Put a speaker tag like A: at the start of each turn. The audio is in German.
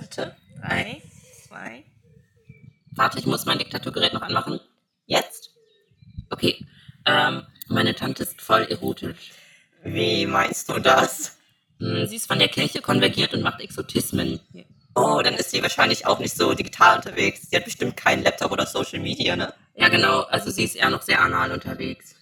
A: Warte. Drei, zwei.
B: Warte, ich muss mein Diktaturgerät noch anmachen. Jetzt? Okay. Ähm, meine Tante ist voll erotisch.
A: Wie meinst du das?
B: Hm, Sie ist von der Kirche konvergiert und macht Exotismen.
A: Oh, dann ist sie wahrscheinlich auch nicht so digital unterwegs. Sie hat bestimmt keinen Laptop oder Social Media, ne?
B: Ja, genau. Also sie ist eher noch sehr anal unterwegs.